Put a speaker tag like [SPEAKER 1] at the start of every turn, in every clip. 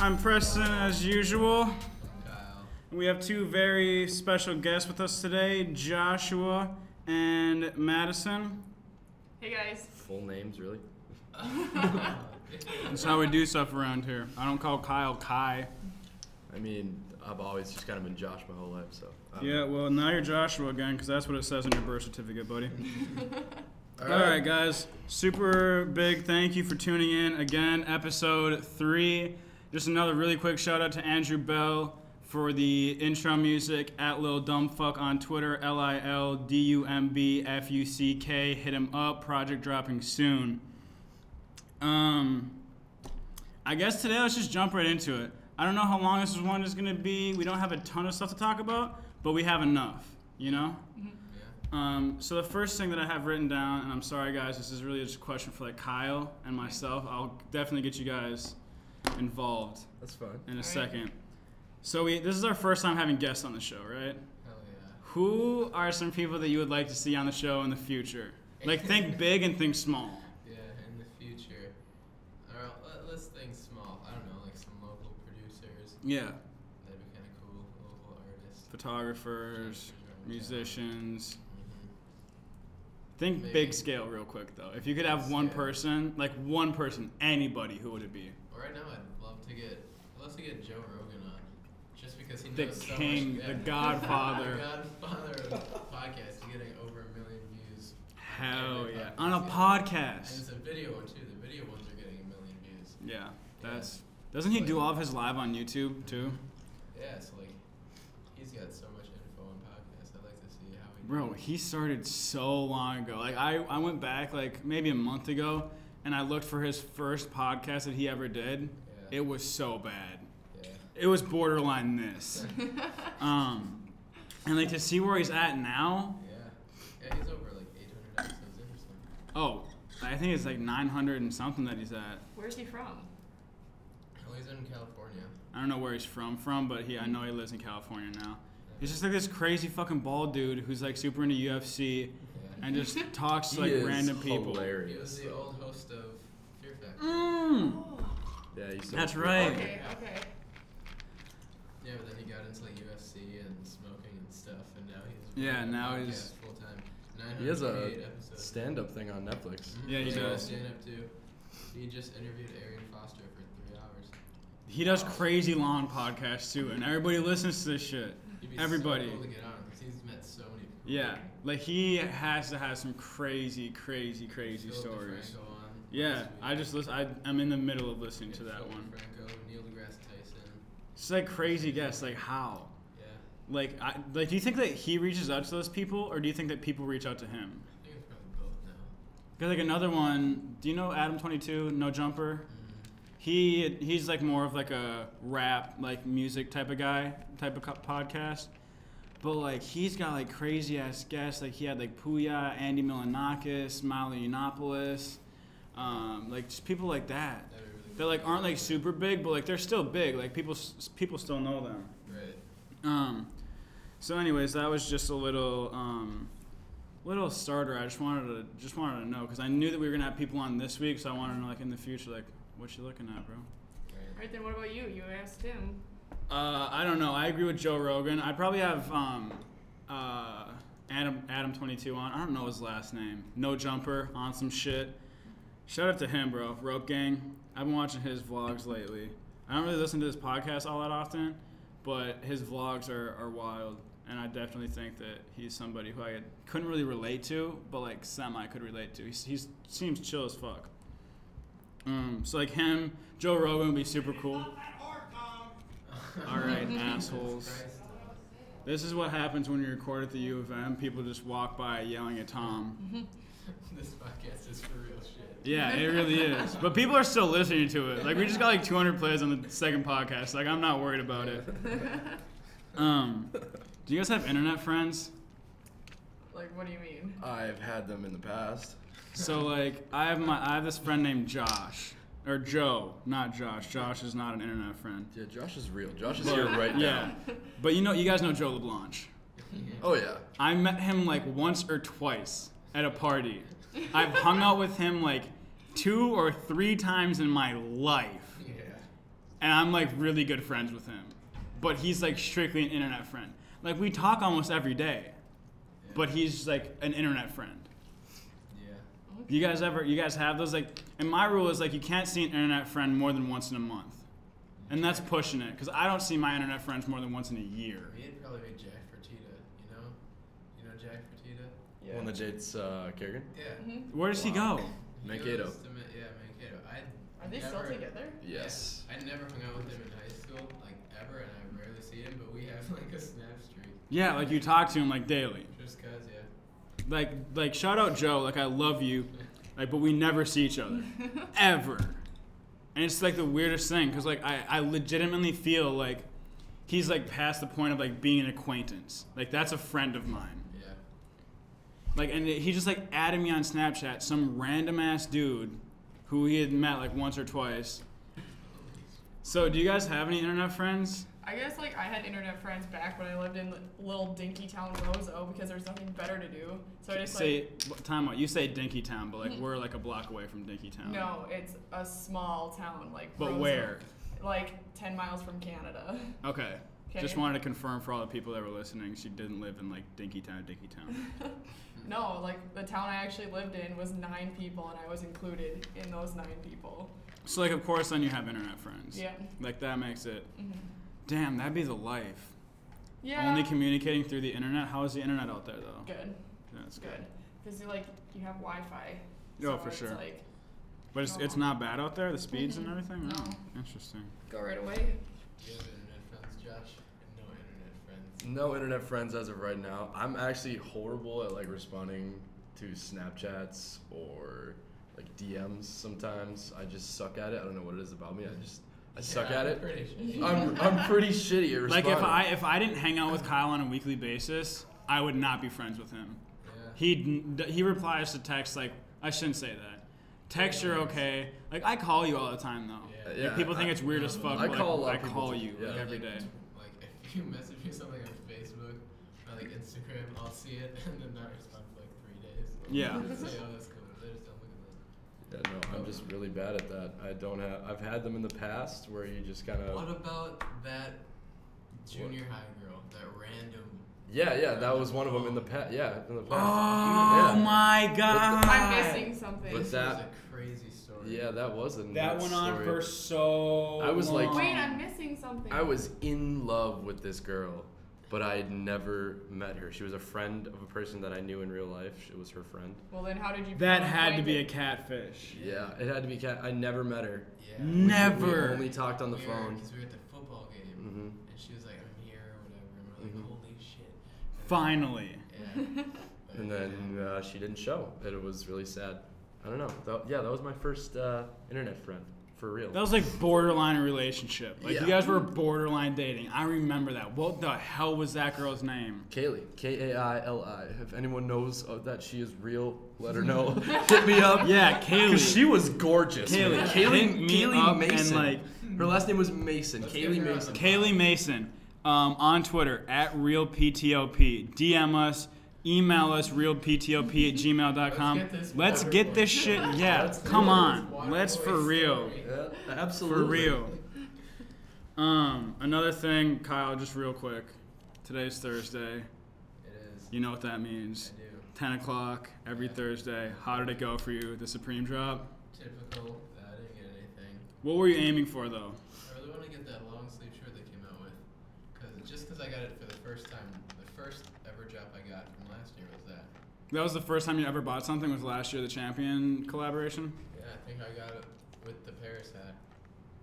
[SPEAKER 1] I'm Preston as usual. We have two very special guests with us today, Joshua and Madison.
[SPEAKER 2] Hey guys.
[SPEAKER 3] Full names, really?
[SPEAKER 1] That's how we do stuff around here. I don't call Kyle Kai.
[SPEAKER 3] I mean, I've always just kind of been Josh my whole life, so. I don't
[SPEAKER 1] Yeah,
[SPEAKER 3] know.
[SPEAKER 1] well, now you're Joshua again, because that's what it says on your birth certificate, buddy. All right. guys. Super big thank you for tuning in again. Episode three. Just another really quick shout out to Andrew Bell for the intro music at Lil Dumbfuck on Twitter. L I L D U M B F U C K. Hit him up. Project dropping soon. Um, I guess today let's just jump right into it. I don't know how long this one is gonna be. We don't have a ton of stuff to talk about, but we have enough. You know. Um, so the first thing that I have written down, and I'm sorry guys, this is really just a question for like Kyle and myself. I'll definitely get you guys involved
[SPEAKER 3] That's fun.
[SPEAKER 1] in a
[SPEAKER 2] Alright.
[SPEAKER 1] second. So we this is our first time having guests on the show, right?
[SPEAKER 4] Hell yeah.
[SPEAKER 1] Who are some people that you would like to see on the show in the future? Like think big and think small.
[SPEAKER 4] Yeah, in the future. Alright, let, let's think small. I don't know, like some local producers.
[SPEAKER 1] Yeah,
[SPEAKER 4] That'd be kind of cool. Local artists.
[SPEAKER 1] photographers, musicians.
[SPEAKER 4] Mhm.
[SPEAKER 1] Think
[SPEAKER 4] Maybe.
[SPEAKER 1] big scale real quick though. If you could have one
[SPEAKER 4] Scale.
[SPEAKER 1] person, like one person, anybody, who would it be?
[SPEAKER 4] But right now, I'd love to get, I'd love to get Joe Rogan on, just because he
[SPEAKER 1] The
[SPEAKER 4] knows so
[SPEAKER 1] king,
[SPEAKER 4] much.
[SPEAKER 1] the
[SPEAKER 4] yeah.
[SPEAKER 1] godfather.
[SPEAKER 4] the Godfather of podcasts, getting over a million views.
[SPEAKER 1] Hell
[SPEAKER 4] Every
[SPEAKER 1] yeah.
[SPEAKER 4] podcast,
[SPEAKER 1] On a
[SPEAKER 4] yeah. And
[SPEAKER 1] podcast.
[SPEAKER 4] it's a video one too. The video ones are getting a million views.
[SPEAKER 1] Yeah, that's. Doesn't he do all of his live on YouTube too?
[SPEAKER 4] Yeah, so like, he's got so much info on podcasts. I'd like to see how he.
[SPEAKER 1] Bro, he started so long ago. Like I, I went back like maybe a month ago, and I looked for his first podcast that he ever did.
[SPEAKER 4] Yeah.
[SPEAKER 1] It was so bad.
[SPEAKER 4] yeah.
[SPEAKER 1] It was borderline this. Um, and like to see where he's at now.
[SPEAKER 4] Yeah. Yeah, he's over like 800 episodes in or
[SPEAKER 1] Oh,
[SPEAKER 4] something.
[SPEAKER 1] I think it's like 900 and something that he's at.
[SPEAKER 2] Where's he from?
[SPEAKER 4] Well, Oh, he's in California.
[SPEAKER 1] I don't know where he's from from, but he I know he lives in California now. He's just like this crazy fucking bald dude who's like super into UFC
[SPEAKER 4] Yeah.
[SPEAKER 1] and just talks to
[SPEAKER 3] He
[SPEAKER 1] like
[SPEAKER 3] is
[SPEAKER 1] random people.
[SPEAKER 4] He was
[SPEAKER 3] Hilarious.
[SPEAKER 4] the old host of Fear Factor.
[SPEAKER 1] Mm.
[SPEAKER 2] Oh,
[SPEAKER 3] Yeah, he's so
[SPEAKER 1] That's
[SPEAKER 3] cool.
[SPEAKER 1] right.
[SPEAKER 2] okay, okay.
[SPEAKER 4] Yeah, but then he got into like UFC and smoking and stuff, and now he's
[SPEAKER 1] Yeah, now he's-
[SPEAKER 4] full time.
[SPEAKER 3] He has a
[SPEAKER 4] 988 episodes.
[SPEAKER 3] Stand-up thing on Netflix.
[SPEAKER 4] Mhm.
[SPEAKER 1] Yeah, he does.
[SPEAKER 4] Stand up too. He just interviewed Arian Foster for three hours.
[SPEAKER 1] He does crazy long podcasts too, and everybody listens to this shit.
[SPEAKER 4] He'd be
[SPEAKER 1] Everybody.
[SPEAKER 4] So cool to get on because he's met so many. People.
[SPEAKER 1] Yeah, like he has to have some crazy, crazy, crazy
[SPEAKER 4] Philip
[SPEAKER 1] stories.
[SPEAKER 4] DeFranco on
[SPEAKER 1] Yeah,
[SPEAKER 4] last week.
[SPEAKER 1] I just listen. I, I'm in the middle of listening
[SPEAKER 4] Yeah,
[SPEAKER 1] to that
[SPEAKER 4] Philip
[SPEAKER 1] one.
[SPEAKER 4] DeFranco, Neil deGrasse Tyson.
[SPEAKER 1] It's like crazy guess, like how.
[SPEAKER 4] Yeah.
[SPEAKER 1] Like, I, like, do you think that he reaches out to those people, or do you think that people reach out to him?
[SPEAKER 4] I think it's probably both now.
[SPEAKER 1] Cause like another one, do you know Adam Twenty Two, No Jumper? He he's like more of like a rap, like music type of guy, type of co- podcast. But like he's got like crazy ass guests. Like he had like Puya, Andy Milanakis, Miley Yiannopoulos, um, like just people like that.
[SPEAKER 4] That'd be really
[SPEAKER 1] That like aren't like super big, but like they're still big. Like people s- people still know them.
[SPEAKER 4] Right.
[SPEAKER 1] Um, so, anyways, that was just a little um, little starter. I just wanted to just wanted to know because I knew that we were gonna have people on this week, so I wanted to know like in the future, like what you looking at, bro.
[SPEAKER 4] Right.
[SPEAKER 2] Alright then, what about you? You asked him.
[SPEAKER 1] Uh, I don't know. I agree with Joe Rogan. I'd probably have um, uh, Adam Adam twenty two on. I don't know his last name. No jumper on some shit. Shout out to him, bro. Rope Gang. I've been watching his vlogs lately. I don't really listen to his podcast all that often, but his vlogs are, are wild, and I definitely think that he's somebody who I couldn't really relate to, but like semi could relate to. He he's, seems chill as fuck. Um, so like him, Joe Rogan would be super cool. All right, assholes.
[SPEAKER 4] Christ.
[SPEAKER 1] This is what happens when you record at the U of M. People just walk by yelling at Tom.
[SPEAKER 4] This podcast is for real shit.
[SPEAKER 1] Yeah, it really is. But people are still listening to it. Like we just got like 200 plays on the second podcast. Like I'm not worried about it. Um, do you guys have internet friends?
[SPEAKER 2] Like, what do you mean?
[SPEAKER 3] I've had them in the past.
[SPEAKER 1] So like I have my I have this friend named Josh or Joe, not Josh. Josh is not an internet friend.
[SPEAKER 3] Yeah, Josh is real. Josh is here right
[SPEAKER 1] Yeah,
[SPEAKER 3] now.
[SPEAKER 1] but you know you guys know Joe LeBlanche.
[SPEAKER 3] Oh yeah.
[SPEAKER 1] I met him like once or twice at a party. I've hung out with him like two or three times in my life.
[SPEAKER 4] Yeah.
[SPEAKER 1] and I'm like really good friends with him, but he's like strictly an internet friend. Like we talk almost every day,
[SPEAKER 4] Yeah.
[SPEAKER 1] but he's like an internet friend.
[SPEAKER 4] yeah.
[SPEAKER 1] You guys ever? You guys have those? Like, and my rule is like you can't see an internet friend more than once in a month, and that's pushing it because I don't see my internet friends more than once in a year.
[SPEAKER 4] Me would probably be Jack Fertitta, you know? You know Jack Fertitta?
[SPEAKER 3] Yeah. One that dates uh, Kerrigan.
[SPEAKER 4] Yeah.
[SPEAKER 2] hmm
[SPEAKER 1] Where does he go?
[SPEAKER 4] He
[SPEAKER 3] Mankato.
[SPEAKER 4] goes to Ma- yeah, Mankato. I
[SPEAKER 2] Are they still
[SPEAKER 4] never-
[SPEAKER 2] together?
[SPEAKER 3] Yes.
[SPEAKER 4] I never hung out with him in high school, like ever, and I rarely see him, but we have like a snap streak.
[SPEAKER 1] Yeah, like you talk to him like daily.
[SPEAKER 4] Just cause, yeah.
[SPEAKER 1] Like, like shout out Joe. Like I love you. Like, but we never see each other ever. And it's like the weirdest thing because like I, I legitimately feel like he's like past the point of like being an acquaintance. Like that's a friend of mine.
[SPEAKER 4] Yeah.
[SPEAKER 1] Like, and he just like added me on Snapchat, some random ass dude who he had met like once or twice. So, do you guys have any internet friends?
[SPEAKER 2] I guess like I had internet friends back when I lived in li- little dinky town Roseau because there's nothing better to do. So I just
[SPEAKER 1] say,
[SPEAKER 2] like
[SPEAKER 1] what- time out. You say Dinky Town, but like we're like a block away from Dinky Town.
[SPEAKER 2] no, it's a small town like.
[SPEAKER 1] But
[SPEAKER 2] Roseau,
[SPEAKER 1] where?
[SPEAKER 2] Like ten miles from Canada.
[SPEAKER 1] Okay. Just
[SPEAKER 2] Okay.
[SPEAKER 1] wanted to confirm for all the people that were listening, she didn't live in like Dinky Town, Dinky Town.
[SPEAKER 2] No, like the town I actually lived in was nine people, and I was included in those nine people.
[SPEAKER 1] so, like, of course, then you have internet friends.
[SPEAKER 2] Yeah.
[SPEAKER 1] Like, that makes it.
[SPEAKER 2] Mhm.
[SPEAKER 1] Damn, that'd be the life.
[SPEAKER 2] Yeah.
[SPEAKER 1] Only communicating through the internet. How is the internet out there, though?
[SPEAKER 2] good.
[SPEAKER 1] That's
[SPEAKER 2] Good. Because like you have Wi-Fi.
[SPEAKER 1] Oh,
[SPEAKER 2] so
[SPEAKER 1] for
[SPEAKER 2] it's,
[SPEAKER 1] sure.
[SPEAKER 2] Like
[SPEAKER 1] But it's, it's
[SPEAKER 2] No.
[SPEAKER 1] not bad out there, the speeds and everything? No.
[SPEAKER 2] No.
[SPEAKER 1] Interesting.
[SPEAKER 2] go right away.
[SPEAKER 4] Do you have internet friends, Josh? No internet friends.
[SPEAKER 3] No internet friends as of right now. I'm actually horrible at like responding to Snapchats or like DMs sometimes. I just suck at it. I don't know what it is about me. I just I suck
[SPEAKER 4] Yeah,
[SPEAKER 3] at
[SPEAKER 4] I'm
[SPEAKER 3] it.
[SPEAKER 4] Pretty shitty.
[SPEAKER 3] I'm I'm pretty shitty at
[SPEAKER 1] Like
[SPEAKER 3] responding.
[SPEAKER 1] if I if I didn't hang out with Kyle on a weekly basis, I would not be friends with him.
[SPEAKER 4] yeah.
[SPEAKER 1] He he replies to texts like I shouldn't say that. Texts you're okay. Like I call you all the time though.
[SPEAKER 4] Yeah.
[SPEAKER 1] Like, people think it's weird as fuck.
[SPEAKER 3] I
[SPEAKER 1] but,
[SPEAKER 3] call a lot
[SPEAKER 1] like,
[SPEAKER 3] of
[SPEAKER 1] I
[SPEAKER 3] people
[SPEAKER 1] call
[SPEAKER 3] too,
[SPEAKER 1] you like
[SPEAKER 3] yeah.
[SPEAKER 1] every day.
[SPEAKER 4] Like if you message me something on Facebook or like Instagram, I'll see it and then not respond for like three days.
[SPEAKER 1] Yeah.
[SPEAKER 4] Just say, oh, that's cool. They just don't look at that.
[SPEAKER 3] Yeah, no, I'm just really bad at that. I don't have. I've had them in the past where you just kind
[SPEAKER 4] What
[SPEAKER 3] of.
[SPEAKER 4] about that junior high girl? That random.
[SPEAKER 3] Yeah, yeah, that was one of them in the past. Yeah, in the past.
[SPEAKER 1] Oh
[SPEAKER 3] yeah.
[SPEAKER 1] my god!
[SPEAKER 2] I'm missing something.
[SPEAKER 3] But
[SPEAKER 4] This was
[SPEAKER 3] that-
[SPEAKER 4] a crazy story.
[SPEAKER 3] Yeah, that was a
[SPEAKER 1] Oh! That
[SPEAKER 3] nuts
[SPEAKER 1] went on
[SPEAKER 3] story.
[SPEAKER 1] for so.
[SPEAKER 3] I was, like-
[SPEAKER 1] long.
[SPEAKER 2] Wait, I'm missing something.
[SPEAKER 3] I was in love with this girl, but I had never met her. She was a friend of a person that I knew in real life. It was her friend.
[SPEAKER 2] Well, then how did you?
[SPEAKER 1] That
[SPEAKER 2] become
[SPEAKER 1] had to be a
[SPEAKER 2] acquainted?
[SPEAKER 1] catfish.
[SPEAKER 3] Yeah, it had to be cat. I never met her.
[SPEAKER 4] Yeah.
[SPEAKER 3] We
[SPEAKER 1] Never.
[SPEAKER 3] only talked on the phone.
[SPEAKER 4] Because we were at the football game
[SPEAKER 3] hmm
[SPEAKER 4] and she was like, I'm here or whatever. And we're like,
[SPEAKER 3] Mhm.
[SPEAKER 4] holy shit. And
[SPEAKER 1] Finally.
[SPEAKER 4] Yeah. But
[SPEAKER 3] And then uh, she didn't show. and It was really sad. I don't know. Tha- yeah, that was my first uh, internet friend for real.
[SPEAKER 1] That was like borderline relationship. Like you
[SPEAKER 3] Yeah.
[SPEAKER 1] guys were borderline dating. I remember that. What the hell was that girl's name?
[SPEAKER 3] Kaylee, K A I L I. If anyone knows of that she is real, let her know. Hit me up.
[SPEAKER 1] Yeah,
[SPEAKER 3] 'Cause
[SPEAKER 1] Kaylee.
[SPEAKER 3] she was gorgeous.
[SPEAKER 1] Kaylee,
[SPEAKER 3] man.
[SPEAKER 1] hit me up and,
[SPEAKER 3] Mason.
[SPEAKER 1] like-
[SPEAKER 3] her last name was Mason.
[SPEAKER 4] Let's
[SPEAKER 3] Kaylee
[SPEAKER 4] give her a-
[SPEAKER 3] Mason.
[SPEAKER 1] Kaylee Mason um, on Twitter at realptop. DM us, email us realptop at gmail.com.
[SPEAKER 4] Let's get this
[SPEAKER 1] Let's
[SPEAKER 4] water
[SPEAKER 1] get
[SPEAKER 4] boy.
[SPEAKER 1] this shit. Yeah,
[SPEAKER 3] Let's do
[SPEAKER 1] come
[SPEAKER 3] this
[SPEAKER 1] on.
[SPEAKER 4] water
[SPEAKER 1] Let's
[SPEAKER 4] boy
[SPEAKER 1] for real.
[SPEAKER 4] story.
[SPEAKER 3] Yeah,
[SPEAKER 1] For
[SPEAKER 3] absolutely.
[SPEAKER 1] real. Um, another thing, Kyle, just real quick. Today's Thursday.
[SPEAKER 4] It is.
[SPEAKER 1] You know what that means.
[SPEAKER 4] I do.
[SPEAKER 1] 10 o'clock every Thursday. How did it go for you? The Supreme drop?
[SPEAKER 4] Typical. Uh, I didn't get anything.
[SPEAKER 1] What were you aiming for, though?
[SPEAKER 4] I really want to get that long sleeve shirt they came out with. Cause just because I got it for the first time, the first ever drop I got from last year was that.
[SPEAKER 1] That was the first time you ever bought something, was last year the Champion collaboration?
[SPEAKER 4] Yeah, I think I got it with the Paris hat.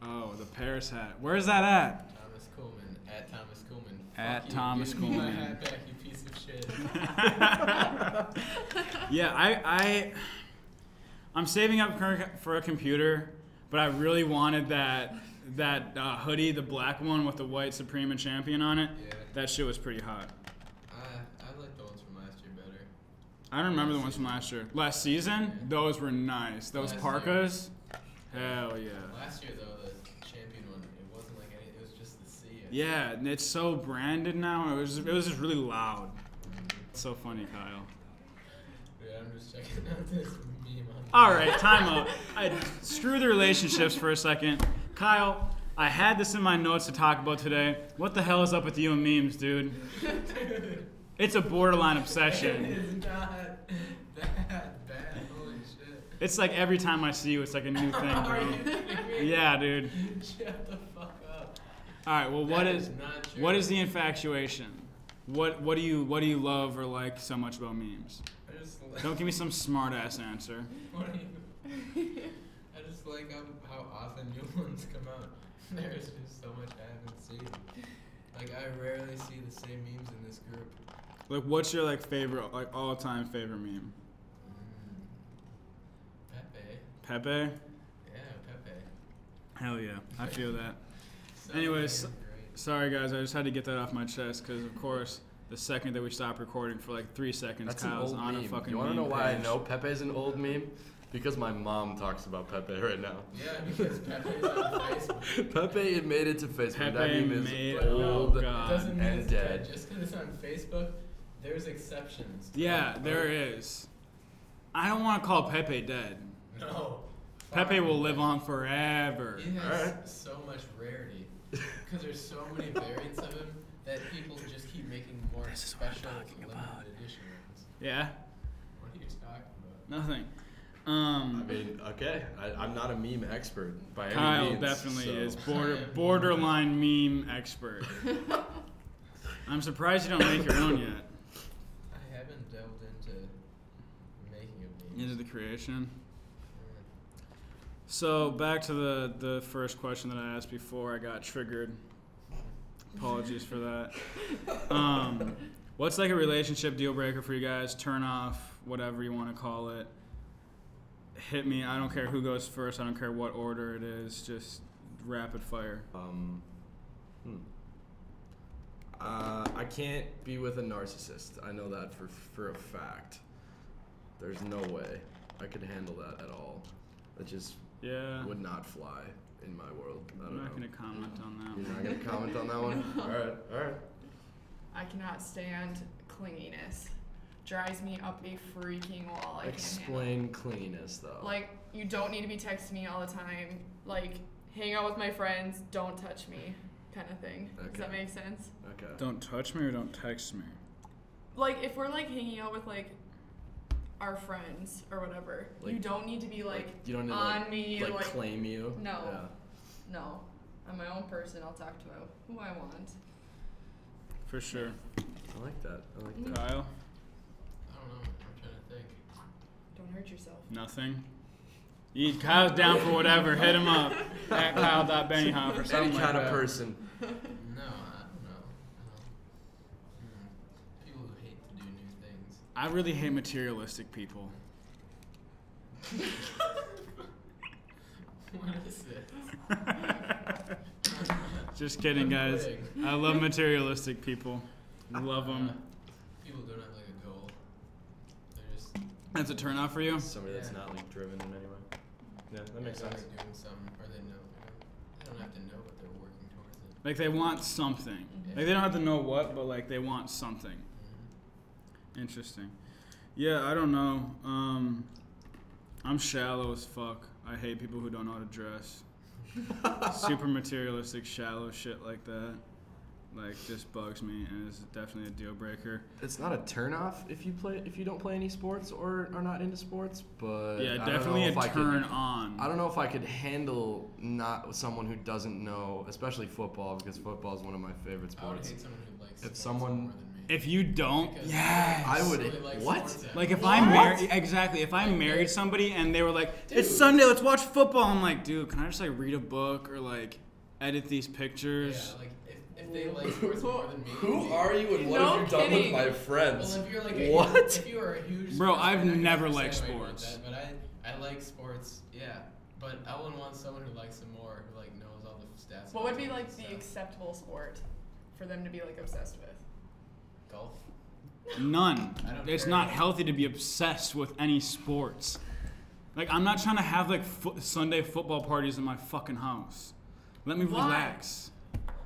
[SPEAKER 1] Oh, the Paris hat. Where's that at?
[SPEAKER 4] Thomas Coleman at Thomas Coleman.
[SPEAKER 1] At
[SPEAKER 4] Fuck you,
[SPEAKER 1] Thomas
[SPEAKER 4] give me my
[SPEAKER 1] Kuhlman.
[SPEAKER 4] hat back, you piece of shit.
[SPEAKER 1] yeah, I, I, I'm saving up cur- for a computer, but I really wanted that that uh, hoodie, the black one with the white Supreme and Champion on it.
[SPEAKER 4] Yeah,
[SPEAKER 1] That shit was pretty hot.
[SPEAKER 4] I I like the ones from last year better.
[SPEAKER 1] I don't remember the ones from last year. Last season, those were nice. Those
[SPEAKER 4] Last year.
[SPEAKER 1] parkas, hell yeah.
[SPEAKER 4] Last year though, the champion one, it wasn't like any. It was just the C. I
[SPEAKER 1] Yeah, and it's so branded now. It was it was just really loud. It's so funny, Kyle.
[SPEAKER 4] Yeah, I'm just checking out this meme on.
[SPEAKER 1] All right, time out. I, screw the relationships for a second. Kyle, I had this in my notes to talk about today. What the hell is up with you and memes, dude?
[SPEAKER 4] Dude,
[SPEAKER 1] It's a borderline
[SPEAKER 4] it
[SPEAKER 1] obsession.
[SPEAKER 4] is not that bad. Holy shit.
[SPEAKER 1] It's like every time I see you, it's like a new thing,
[SPEAKER 4] Are you
[SPEAKER 1] bro.
[SPEAKER 4] kidding me?
[SPEAKER 1] Yeah, dude.
[SPEAKER 4] Shut the fuck up.
[SPEAKER 1] All right. Well, what
[SPEAKER 4] That
[SPEAKER 1] is
[SPEAKER 4] not true.
[SPEAKER 1] what is the infatuation? What what do you what do you love or like so much about memes?
[SPEAKER 4] I just like,
[SPEAKER 1] Don't give me some smart ass answer.
[SPEAKER 4] what are you? I just like how, how often new ones come out. There's just so much I haven't seen. Like I rarely see the same memes in this group.
[SPEAKER 1] Like, what's your like favorite like all time favorite meme?
[SPEAKER 4] Mm. Pepe.
[SPEAKER 1] Pepe.
[SPEAKER 4] Yeah, Pepe.
[SPEAKER 1] Hell yeah, I feel that.
[SPEAKER 4] So
[SPEAKER 1] Anyways,
[SPEAKER 4] damn great.
[SPEAKER 1] Sorry guys, I just had to get that off my chest because of course the second that we stopped recording for like three seconds,
[SPEAKER 3] That's an
[SPEAKER 1] Kyle's
[SPEAKER 3] old
[SPEAKER 1] on
[SPEAKER 3] meme.
[SPEAKER 1] a fucking.
[SPEAKER 3] you want to
[SPEAKER 1] meme
[SPEAKER 3] know why I
[SPEAKER 1] page.
[SPEAKER 3] know Pepe's an old meme? Because my mom talks about Pepe right now.
[SPEAKER 4] Yeah, because Pepe's on Facebook.
[SPEAKER 3] Pepe it made it to Facebook. that
[SPEAKER 1] Pepe
[SPEAKER 3] meme is
[SPEAKER 1] made- oh,
[SPEAKER 3] old
[SPEAKER 1] God.
[SPEAKER 4] doesn't mean
[SPEAKER 3] and
[SPEAKER 4] it's
[SPEAKER 3] dead.
[SPEAKER 4] dead. Just because it's on Facebook, there's exceptions. to
[SPEAKER 1] Yeah,
[SPEAKER 4] that.
[SPEAKER 1] there is. I don't want to call Pepe dead.
[SPEAKER 4] oh, No.
[SPEAKER 1] Pepe
[SPEAKER 4] Fine.
[SPEAKER 1] will live on forever.
[SPEAKER 4] He has
[SPEAKER 3] Alright.
[SPEAKER 4] so much rarity because there's so many variants of him that people just keep making more
[SPEAKER 1] This is what I'm
[SPEAKER 4] special
[SPEAKER 1] talking
[SPEAKER 4] limited
[SPEAKER 1] about.
[SPEAKER 4] edition ones.
[SPEAKER 1] Yeah,
[SPEAKER 4] What are you talking about?
[SPEAKER 1] nothing.
[SPEAKER 3] I
[SPEAKER 1] Um,
[SPEAKER 3] mean, okay. I, I'm not a meme expert by any
[SPEAKER 1] Kyle
[SPEAKER 3] means.
[SPEAKER 1] definitely
[SPEAKER 3] so-
[SPEAKER 1] is border borderline meme expert. I'm surprised you don't make your own yet.
[SPEAKER 4] I haven't delved into making Uh, a meme.
[SPEAKER 1] Into the creation. So back to the the first question that I asked before I got triggered. Apologies for that. Um, what's like a relationship deal breaker for you guys? Turn off, whatever you want to call it. Hit me. I don't care who goes first. I don't care what order it is. Just rapid fire.
[SPEAKER 3] Um, hmm. uh, I can't be with a narcissist. I know that for for a fact. There's no way I could handle that at all. That just
[SPEAKER 1] Yeah.
[SPEAKER 3] would not fly in my world. I
[SPEAKER 1] I'm
[SPEAKER 3] don't
[SPEAKER 1] not
[SPEAKER 3] know.
[SPEAKER 1] gonna comment on that.
[SPEAKER 3] You're not gonna comment on that one. All right, all right.
[SPEAKER 2] I cannot stand clinginess. Drives me up a freaking wall. I can't handle.
[SPEAKER 3] Explain clinginess though.
[SPEAKER 2] it. Like you don't need to be texting me all the time. Like hang out with my friends. Don't touch me, kind of thing. Does that
[SPEAKER 3] Okay.
[SPEAKER 2] make sense?
[SPEAKER 3] okay.
[SPEAKER 1] Don't touch me or don't text me.
[SPEAKER 2] Like if we're like hanging out with like our friends or whatever, you
[SPEAKER 3] Like-
[SPEAKER 2] don't need to be like,
[SPEAKER 3] you don't need to,
[SPEAKER 2] on
[SPEAKER 3] like,
[SPEAKER 2] me.
[SPEAKER 3] like,
[SPEAKER 2] Like,
[SPEAKER 3] claim you.
[SPEAKER 2] No.
[SPEAKER 3] Yeah.
[SPEAKER 2] no, I'm my own person. I'll talk to who I want.
[SPEAKER 1] For sure.
[SPEAKER 3] I like that. I like
[SPEAKER 2] Mm-hmm.
[SPEAKER 3] that.
[SPEAKER 1] Kyle,
[SPEAKER 4] I don't know. I'm trying to think.
[SPEAKER 2] Don't hurt yourself.
[SPEAKER 1] nothing. You, Kyle's down for whatever. Hit him up at kyle.bennyhoff or
[SPEAKER 3] Any
[SPEAKER 1] something like
[SPEAKER 3] kind of
[SPEAKER 1] that.
[SPEAKER 3] person.
[SPEAKER 4] No, I don't know. I don't. Hmm. People who hate to do new things.
[SPEAKER 1] I really hate materialistic people.
[SPEAKER 4] What is it?
[SPEAKER 1] Just kidding, guys. I love materialistic people. Love them.
[SPEAKER 4] People don't have like a goal. They're just.
[SPEAKER 1] That's a turnoff for you.
[SPEAKER 3] Somebody that's
[SPEAKER 4] Yeah.
[SPEAKER 3] not like driven in any way. Yeah, that
[SPEAKER 4] yeah,
[SPEAKER 3] makes
[SPEAKER 4] they're,
[SPEAKER 3] sense.
[SPEAKER 4] Like doing something, or they know. They don't, they don't have to know, but they're working towards it.
[SPEAKER 1] Like they want something. Like they don't have to know what, but like they want something. Interesting. Yeah, I don't know. Um, I'm shallow as fuck. I hate people who don't know how to dress. Super materialistic, shallow shit like that. Like just bugs me and is definitely a deal breaker.
[SPEAKER 3] It's not a turnoff if you play if you don't play any sports or are not into sports, but Uh, I
[SPEAKER 1] Yeah,
[SPEAKER 3] don't
[SPEAKER 1] definitely
[SPEAKER 3] know
[SPEAKER 1] a
[SPEAKER 3] if I could-
[SPEAKER 1] turn on.
[SPEAKER 3] I don't know if I could handle not someone who doesn't know, especially football, because football is one of my favorite
[SPEAKER 4] I would
[SPEAKER 3] sports.
[SPEAKER 4] hate someone who likes
[SPEAKER 3] If
[SPEAKER 4] sports
[SPEAKER 3] someone-
[SPEAKER 4] more than me.
[SPEAKER 1] If you don't,
[SPEAKER 4] Because
[SPEAKER 1] yes.
[SPEAKER 3] I would-
[SPEAKER 4] really like
[SPEAKER 3] what?
[SPEAKER 4] sports
[SPEAKER 1] Like if I
[SPEAKER 4] athletes.
[SPEAKER 1] married exactly, if I married somebody and they were like, "It's
[SPEAKER 4] Dude.
[SPEAKER 1] Sunday, let's watch football," I'm like, "Dude, can I just like read a book or like edit these
[SPEAKER 4] Yeah,
[SPEAKER 1] pictures?"
[SPEAKER 4] like if, if they like sports more than me.
[SPEAKER 3] Who are you and what
[SPEAKER 2] No
[SPEAKER 3] have you done with
[SPEAKER 2] kidding.
[SPEAKER 3] my
[SPEAKER 4] Well,
[SPEAKER 3] friends?
[SPEAKER 4] if you're like a
[SPEAKER 3] What?
[SPEAKER 4] Huge, if you are a huge
[SPEAKER 1] Bro,
[SPEAKER 4] sports
[SPEAKER 1] I've
[SPEAKER 4] fan, I can
[SPEAKER 1] never
[SPEAKER 4] understand
[SPEAKER 1] liked
[SPEAKER 4] why you want
[SPEAKER 1] sports.
[SPEAKER 4] that, but I I like sports. Yeah, but I would want someone who likes them more, who like knows all the stats.
[SPEAKER 2] What would be
[SPEAKER 4] and
[SPEAKER 2] like
[SPEAKER 4] stuff.
[SPEAKER 2] the acceptable sport for them to be like obsessed with?
[SPEAKER 4] golf?
[SPEAKER 1] None.
[SPEAKER 4] I don't
[SPEAKER 1] It's
[SPEAKER 4] care.
[SPEAKER 1] not healthy to be obsessed with any sports. Like I'm not trying to have like fo- Sunday football parties in my fucking house. Let me
[SPEAKER 2] Why?
[SPEAKER 1] relax.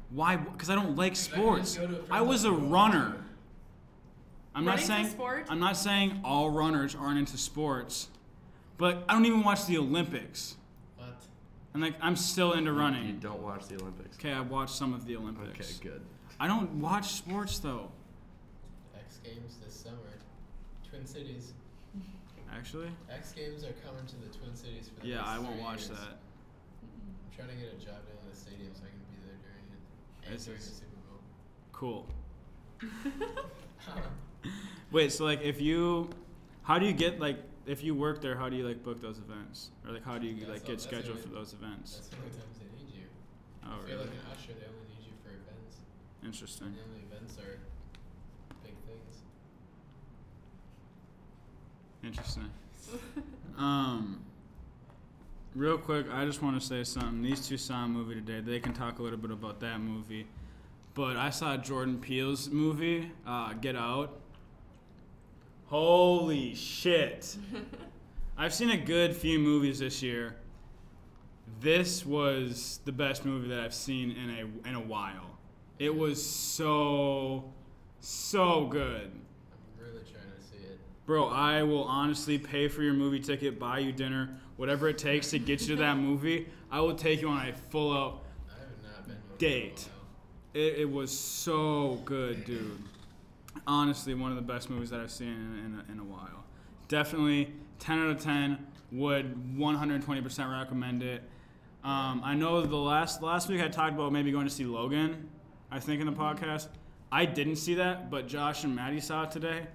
[SPEAKER 1] Why? Because I don't like
[SPEAKER 4] I can just
[SPEAKER 1] sports.
[SPEAKER 4] go to a
[SPEAKER 1] I
[SPEAKER 4] friend's
[SPEAKER 1] was a
[SPEAKER 4] house and go
[SPEAKER 1] runner. I'm not
[SPEAKER 2] Running's a
[SPEAKER 1] saying
[SPEAKER 2] sport?
[SPEAKER 1] I'm not saying all runners aren't into sports, but I don't even watch the Olympics.
[SPEAKER 4] What?
[SPEAKER 1] And like I'm still into
[SPEAKER 3] You
[SPEAKER 1] running.
[SPEAKER 3] don't watch the Olympics.
[SPEAKER 1] Okay, I watched some of the Olympics.
[SPEAKER 3] Okay, good.
[SPEAKER 1] I don't watch sports though,
[SPEAKER 4] X Games this summer. Twin Cities.
[SPEAKER 1] actually.
[SPEAKER 4] X Games are coming to the Twin Cities for the
[SPEAKER 1] Yeah,
[SPEAKER 4] next
[SPEAKER 1] I won't
[SPEAKER 4] three
[SPEAKER 1] watch
[SPEAKER 4] years.
[SPEAKER 1] that.
[SPEAKER 4] I'm trying to get a job down at the stadium so I can be there during it. And
[SPEAKER 1] This
[SPEAKER 4] during the
[SPEAKER 1] is-
[SPEAKER 4] Super Bowl.
[SPEAKER 1] Cool.
[SPEAKER 4] Huh.
[SPEAKER 1] Wait, so like if you how do you get like if you work there, how do you like book those events? Or like how do you
[SPEAKER 4] That's
[SPEAKER 1] like
[SPEAKER 4] all-
[SPEAKER 1] get
[SPEAKER 4] that's
[SPEAKER 1] scheduled
[SPEAKER 4] it.
[SPEAKER 1] for those events?
[SPEAKER 4] That's how many times they need you.
[SPEAKER 1] Oh
[SPEAKER 4] if you're
[SPEAKER 1] really?
[SPEAKER 4] like an usher, they only need you for events.
[SPEAKER 1] Interesting.
[SPEAKER 4] And the only events are big things.
[SPEAKER 1] Interesting. um, real quick, I just want to say something. These two saw a movie today. They can talk a little bit about that movie. But I saw Jordan Peele's movie, uh, Get Out. Holy shit. I've seen a good few movies this year. This was the best movie that I've seen in a in a while. It was so so good.
[SPEAKER 4] I'm really trying to see it.
[SPEAKER 1] Bro, I will honestly pay for your movie ticket, buy you dinner, whatever it takes to get you to that movie. I will take you on a full out.
[SPEAKER 4] I have not been to one
[SPEAKER 1] Date.
[SPEAKER 4] In a while.
[SPEAKER 1] It, it was so good, dude. Honestly, one of the best movies that I've seen in, in, a, in a while. Definitely 10 out of 10. Would 120% recommend it. Um, I know the last last week I talked about maybe going to see Logan. I think in the podcast, I didn't see that, but Josh and Maddie saw it today,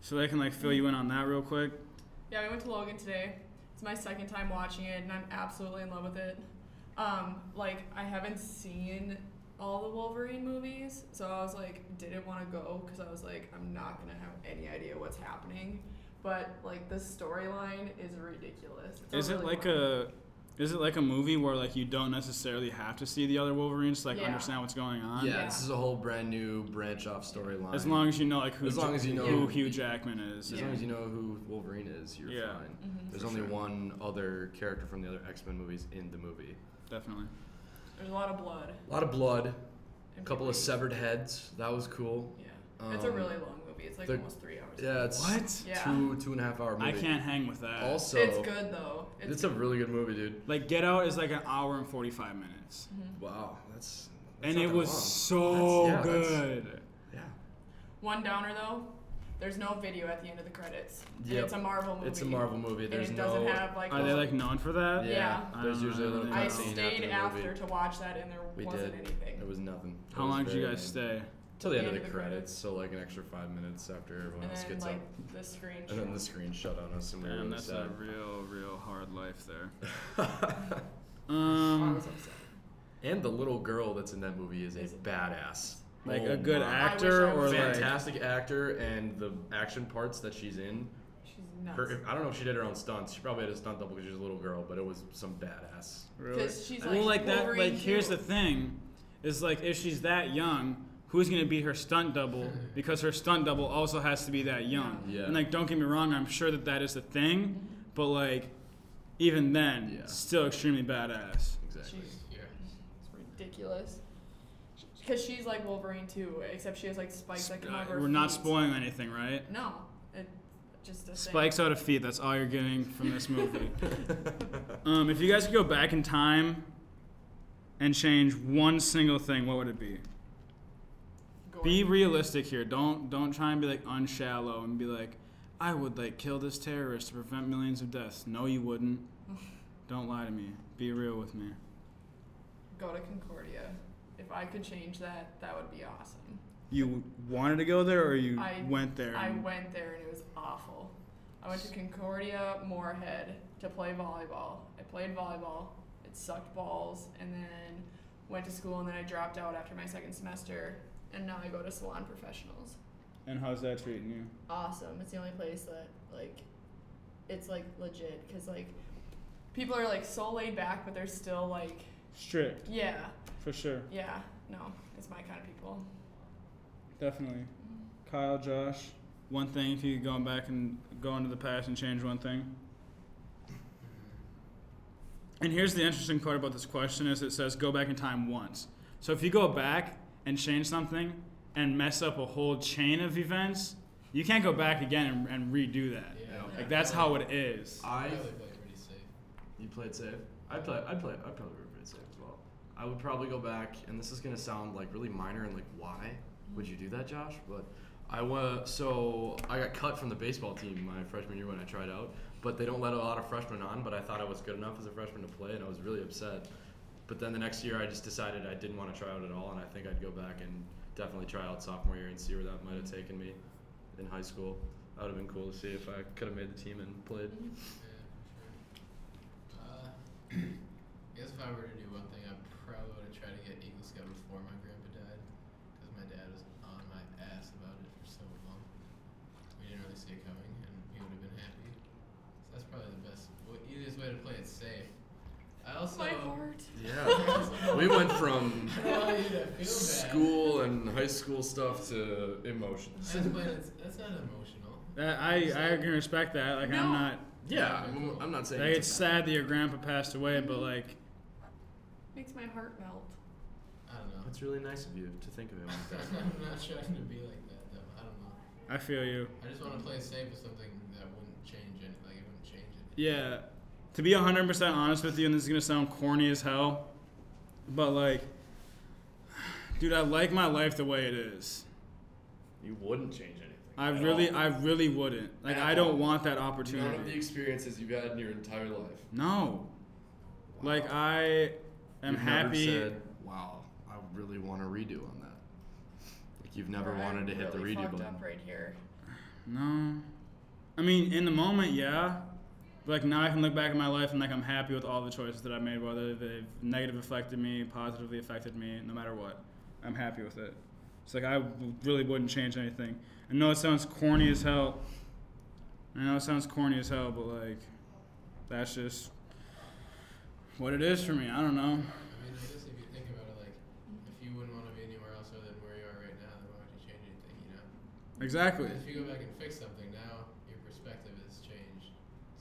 [SPEAKER 1] so they can like fill you in on that real quick.
[SPEAKER 2] Yeah, I went to Logan today. It's my second time watching it, and I'm absolutely in love with it. Um, like I haven't seen all the Wolverine movies, so I was like, didn't want to go because I was like, I'm not gonna have any idea what's happening. But like the storyline is ridiculous. It's a
[SPEAKER 1] Is it
[SPEAKER 2] really
[SPEAKER 1] like
[SPEAKER 2] fun-
[SPEAKER 1] a is it like a movie where like you don't necessarily have to see the other Wolverines to like
[SPEAKER 2] Yeah.
[SPEAKER 1] understand what's going on?
[SPEAKER 2] Yeah.
[SPEAKER 3] Yeah, this is a whole brand new branch off storyline.
[SPEAKER 1] As long as you know like who
[SPEAKER 3] As long
[SPEAKER 1] Ja-
[SPEAKER 3] as you know
[SPEAKER 1] who
[SPEAKER 3] who-
[SPEAKER 1] Hugh Jackman is.
[SPEAKER 3] as
[SPEAKER 2] Yeah.
[SPEAKER 3] long as you know who Wolverine is, you're
[SPEAKER 1] Yeah.
[SPEAKER 3] fine.
[SPEAKER 2] Mhm.
[SPEAKER 3] There's
[SPEAKER 1] For
[SPEAKER 3] only
[SPEAKER 1] sure.
[SPEAKER 3] one other character from the other X-Men movies in the movie.
[SPEAKER 1] Definitely.
[SPEAKER 2] There's a lot of blood.
[SPEAKER 3] A lot of blood, a
[SPEAKER 2] and
[SPEAKER 3] couple of
[SPEAKER 2] people-
[SPEAKER 3] severed heads. That was cool.
[SPEAKER 2] Yeah, it's a
[SPEAKER 3] um,
[SPEAKER 2] really long movie. It's like
[SPEAKER 3] the-
[SPEAKER 2] almost three hours.
[SPEAKER 3] Yeah, it's
[SPEAKER 1] What?
[SPEAKER 2] Yeah.
[SPEAKER 3] two two and a half hour movie.
[SPEAKER 1] I can't hang with that.
[SPEAKER 3] Also,
[SPEAKER 2] it's good though. It's,
[SPEAKER 3] it's a really good movie, dude.
[SPEAKER 1] like Get Out is like an hour and forty five minutes.
[SPEAKER 2] Mm-hmm.
[SPEAKER 3] Wow, that's, that's
[SPEAKER 1] And
[SPEAKER 3] not
[SPEAKER 1] it
[SPEAKER 3] that
[SPEAKER 1] was
[SPEAKER 3] long.
[SPEAKER 1] so
[SPEAKER 3] That's- yeah, that's-
[SPEAKER 1] good.
[SPEAKER 3] yeah,
[SPEAKER 2] One downer though, there's no video at the end of the credits. And
[SPEAKER 3] Yep.
[SPEAKER 2] It's a Marvel movie.
[SPEAKER 3] it's a Marvel movie.
[SPEAKER 2] And
[SPEAKER 3] There's
[SPEAKER 2] it
[SPEAKER 3] no
[SPEAKER 2] doesn't have like.
[SPEAKER 1] Are they
[SPEAKER 2] those-
[SPEAKER 1] like known for that?
[SPEAKER 3] yeah.
[SPEAKER 2] Yeah.
[SPEAKER 1] I
[SPEAKER 3] There's
[SPEAKER 1] don't
[SPEAKER 3] usually a
[SPEAKER 1] know.
[SPEAKER 3] little
[SPEAKER 2] I
[SPEAKER 1] cutscene
[SPEAKER 3] cutscene after
[SPEAKER 2] stayed
[SPEAKER 3] the
[SPEAKER 2] after,
[SPEAKER 3] movie.
[SPEAKER 2] to watch that, and there
[SPEAKER 3] We
[SPEAKER 2] wasn't
[SPEAKER 3] did.
[SPEAKER 2] anything.
[SPEAKER 3] There was nothing. It
[SPEAKER 1] How
[SPEAKER 3] was
[SPEAKER 1] long did you
[SPEAKER 3] very
[SPEAKER 1] guys
[SPEAKER 3] lame.
[SPEAKER 1] stay?
[SPEAKER 3] Till the end of the credits, so like an extra five minutes after everyone
[SPEAKER 2] and
[SPEAKER 3] else
[SPEAKER 2] then
[SPEAKER 3] gets
[SPEAKER 2] like
[SPEAKER 3] up.
[SPEAKER 2] the screen.
[SPEAKER 3] And then the
[SPEAKER 2] shot.
[SPEAKER 3] screen shut on us, and we were
[SPEAKER 1] Damn,
[SPEAKER 3] really
[SPEAKER 1] that's
[SPEAKER 3] sad.
[SPEAKER 1] a real, real hard life there.
[SPEAKER 2] I
[SPEAKER 1] Um,
[SPEAKER 2] was upset.
[SPEAKER 3] and the little girl that's in that movie is a
[SPEAKER 2] Is-
[SPEAKER 3] badass.
[SPEAKER 1] like
[SPEAKER 3] Oh
[SPEAKER 1] a good
[SPEAKER 3] my.
[SPEAKER 1] actor
[SPEAKER 2] I
[SPEAKER 1] or
[SPEAKER 2] was
[SPEAKER 1] like
[SPEAKER 3] fantastic actor, and the action parts that she's in.
[SPEAKER 2] She's nuts.
[SPEAKER 3] Her, I don't know if she did her own stunts. She probably had a stunt double because she was a little girl, but it was some badass.
[SPEAKER 1] Really?
[SPEAKER 2] she's,
[SPEAKER 1] well,
[SPEAKER 2] like,
[SPEAKER 1] like that.
[SPEAKER 2] Wolverine
[SPEAKER 1] Like here's
[SPEAKER 2] too.
[SPEAKER 1] the thing, is like if she's that young, who's gonna be her stunt double? Because her stunt double also has to be that young.
[SPEAKER 3] Yeah.
[SPEAKER 1] And like, don't get me wrong, I'm sure that that is the thing, but like, even then,
[SPEAKER 3] Yeah.
[SPEAKER 1] still extremely badass.
[SPEAKER 3] Exactly.
[SPEAKER 2] She's
[SPEAKER 1] Uh,
[SPEAKER 4] Yeah.
[SPEAKER 2] it's ridiculous. Because she's like Wolverine too, except she has like spikes that come
[SPEAKER 1] Uh,
[SPEAKER 2] out of her
[SPEAKER 1] We're not
[SPEAKER 2] feet.
[SPEAKER 1] spoiling anything, right?
[SPEAKER 2] No, it just a thing.
[SPEAKER 1] Spikes out of feet. That's all you're getting from this movie. um, if you guys could go back in time and change one single thing, what would it be?
[SPEAKER 2] Gore.
[SPEAKER 1] be realistic here. Don't don't try and be like unshallow and be like, I would like kill this terrorist to prevent millions of deaths. No, you wouldn't. Don't lie to me. Be real with me.
[SPEAKER 2] Go to Concordia. If I could change that, that would be awesome.
[SPEAKER 1] You wanted to go there, or you
[SPEAKER 2] I-
[SPEAKER 1] went there?
[SPEAKER 2] I
[SPEAKER 3] Um,
[SPEAKER 1] and-
[SPEAKER 2] went there and it was awful. I went to Concordia Moorhead to play volleyball. I played volleyball. It sucked balls, and then went to school, and then I dropped out after my second semester, and now I go to Salon Professionals.
[SPEAKER 1] And how's that treating you?
[SPEAKER 2] Awesome. It's the only place that like, it's like legit because like, people are like so laid back, but they're still like,
[SPEAKER 1] Strict,
[SPEAKER 2] yeah,
[SPEAKER 1] for sure,
[SPEAKER 2] yeah. No, it's my kind of people.
[SPEAKER 1] definitely. Kyle, Josh, one thing if you could go back and go into the past and change one thing. And here's the interesting part about this question is it says go back in time once. So if you go back and change something and mess up a whole chain of events, you can't go back again and, and redo that.
[SPEAKER 4] Yeah.
[SPEAKER 1] Like that's how it is.
[SPEAKER 3] I.
[SPEAKER 4] I really played pretty safe.
[SPEAKER 3] You played safe. I play. I play. I probably roommate safe as well. I would probably go back, and this is gonna sound like really minor and like why would you do that, Josh? But I went. So I got cut from the baseball team my freshman year when I tried out, but they don't let a lot of freshmen on. But I thought I was good enough as a freshman to play, and I was really upset. But then the next year, I just decided I didn't want to try out at all, and I think I'd go back and definitely try out sophomore year and see where that might have taken me in high school. That would have been cool to see if I could have made the team and played.
[SPEAKER 4] Uh, I guess if I were to do one thing, I probably would have tried to get Eagle Scout before my grandpa died, because my dad was on my ass about it for so long. We didn't really see it coming, and he would have been happy. So that's probably the best, w- easiest way to play it safe. I also.
[SPEAKER 2] My heart.
[SPEAKER 3] Yeah, we went from
[SPEAKER 4] I don't want you to feel bad.
[SPEAKER 3] school and high school stuff to emotions.
[SPEAKER 4] That's, but it's, that's not emotional.
[SPEAKER 1] That, I I can respect that. Like
[SPEAKER 2] No.
[SPEAKER 1] I'm not.
[SPEAKER 3] Yeah, I'm, I'm not saying
[SPEAKER 1] Like, it's
[SPEAKER 3] it's a bad-
[SPEAKER 1] sad that your grandpa passed away, but like
[SPEAKER 2] Makes my heart melt.
[SPEAKER 4] I don't know.
[SPEAKER 3] That's really nice of you to think of him like that.
[SPEAKER 4] I'm not trying to be like that though. I don't know.
[SPEAKER 1] I feel you.
[SPEAKER 4] I just want to play safe with something that wouldn't change it. Like it wouldn't change it.
[SPEAKER 1] Yeah. To be 100% honest with you, and this is going to sound corny as hell, but like, dude, I like my life the way it is.
[SPEAKER 3] You wouldn't change anything.
[SPEAKER 1] I
[SPEAKER 3] at
[SPEAKER 1] really,
[SPEAKER 3] all.
[SPEAKER 1] I really wouldn't. Like,
[SPEAKER 3] At
[SPEAKER 1] I don't
[SPEAKER 3] all.
[SPEAKER 1] want that
[SPEAKER 3] none of the
[SPEAKER 1] opportunity.
[SPEAKER 3] experiences you've had in your entire life.
[SPEAKER 1] No. Like, I am
[SPEAKER 3] You've never
[SPEAKER 1] happy.
[SPEAKER 3] said, wow, I really want to redo on that. Like you've never
[SPEAKER 2] Or I'm
[SPEAKER 3] wanted to hit
[SPEAKER 2] really
[SPEAKER 3] the redo
[SPEAKER 2] fucked
[SPEAKER 3] button.
[SPEAKER 2] up right here.
[SPEAKER 1] No. I mean, in the moment, yeah. But like now I can look back at my life and like I'm happy with all the choices that I made, whether they've negative affected me, positively affected me, no matter what. I'm happy with it. It's like I w- really wouldn't change anything. I know it sounds corny as hell. I know it sounds corny as hell, but like that's just what it is for me. I don't know.
[SPEAKER 4] I mean, I guess if you think about it, like if you wouldn't want to be anywhere else other than where you are right now, then why would you change anything? You know.
[SPEAKER 1] Exactly.
[SPEAKER 4] If you go back and fix something now, your perspective has changed.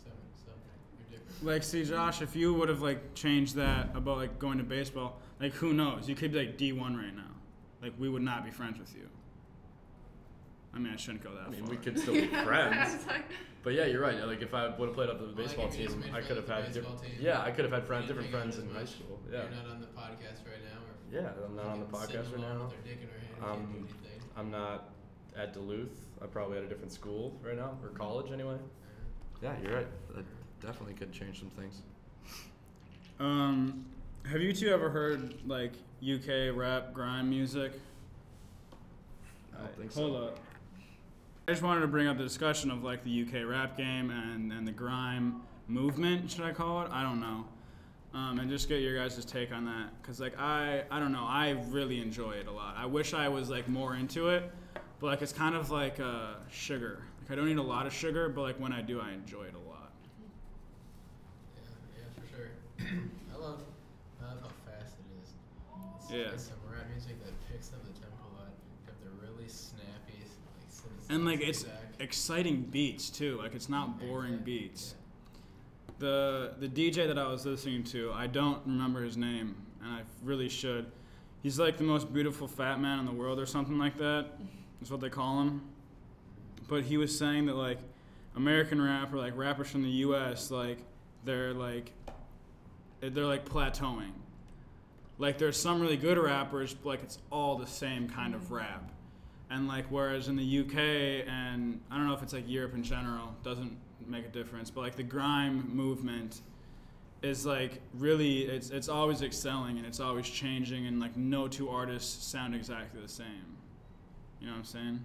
[SPEAKER 4] Some something. You're different.
[SPEAKER 1] Like, see, Josh, if you would have like changed that about like going to baseball, like who knows? You could be like D one right now. Like we would not be friends with you. I mean, I shouldn't go that
[SPEAKER 3] I mean,
[SPEAKER 1] far.
[SPEAKER 3] we could still be friends.
[SPEAKER 2] It's like,
[SPEAKER 3] But yeah, you're right. Like if I would have played up to the
[SPEAKER 4] Well,
[SPEAKER 3] baseball
[SPEAKER 4] like, if you
[SPEAKER 3] team,
[SPEAKER 4] just made
[SPEAKER 3] I
[SPEAKER 4] friends
[SPEAKER 3] could have
[SPEAKER 4] with the
[SPEAKER 3] had
[SPEAKER 4] baseball
[SPEAKER 3] different.
[SPEAKER 4] team,
[SPEAKER 3] Yeah, I could have had friend,
[SPEAKER 4] you
[SPEAKER 3] different
[SPEAKER 4] hang out
[SPEAKER 3] friends
[SPEAKER 4] as
[SPEAKER 3] in high
[SPEAKER 4] much.
[SPEAKER 3] school. Yeah.
[SPEAKER 4] You're not on the podcast right now, or
[SPEAKER 3] Yeah, I'm not on the
[SPEAKER 4] fucking
[SPEAKER 3] podcast
[SPEAKER 4] sitting
[SPEAKER 3] right
[SPEAKER 4] alone
[SPEAKER 3] now.
[SPEAKER 4] With their dick in their hand,
[SPEAKER 3] Um,
[SPEAKER 4] can't do anything.
[SPEAKER 3] I'm not at Duluth. I probably at a different school right now, or college anyway.
[SPEAKER 4] Uh-huh.
[SPEAKER 3] Yeah, you're right. That definitely could change some things.
[SPEAKER 1] Um, have you two ever heard like UK rap grime music?
[SPEAKER 3] I don't think so.
[SPEAKER 1] Hold up. I just wanted to bring up the discussion of like the UK rap game and, and the grime movement, should I call it? I don't know. Um, and just get your guys' take on that, cause like I I don't know I really enjoy it a lot. I wish I was like more into it, but like it's kind of like uh, sugar. Like I don't need a lot of sugar, but like when I do, I enjoy it a lot.
[SPEAKER 4] Yeah, yeah, for sure. I love, I love how fast it is. It's
[SPEAKER 1] Yeah.
[SPEAKER 4] It's some rap music that picks up the tempo a lot. Got the really snappy, like synthesizer
[SPEAKER 1] And like it's
[SPEAKER 4] back.
[SPEAKER 1] exciting beats too. Like it's not boring
[SPEAKER 4] Exactly,
[SPEAKER 1] beats. the the DJ that I was listening to, I don't remember his name, and I really should. He's like the most beautiful fat man in the world, or something like that. Is what they call him. But he was saying that like American rap or like rappers from the U.S. like they're like they're like plateauing. Like there's some really good rappers, but like it's all the same kind of rap. And like whereas in the UK and I don't know if it's like Europe in general doesn't make a difference, but like the grime movement is like really it's it's always excelling and it's always changing and like no two artists sound exactly the same. You know what I'm saying?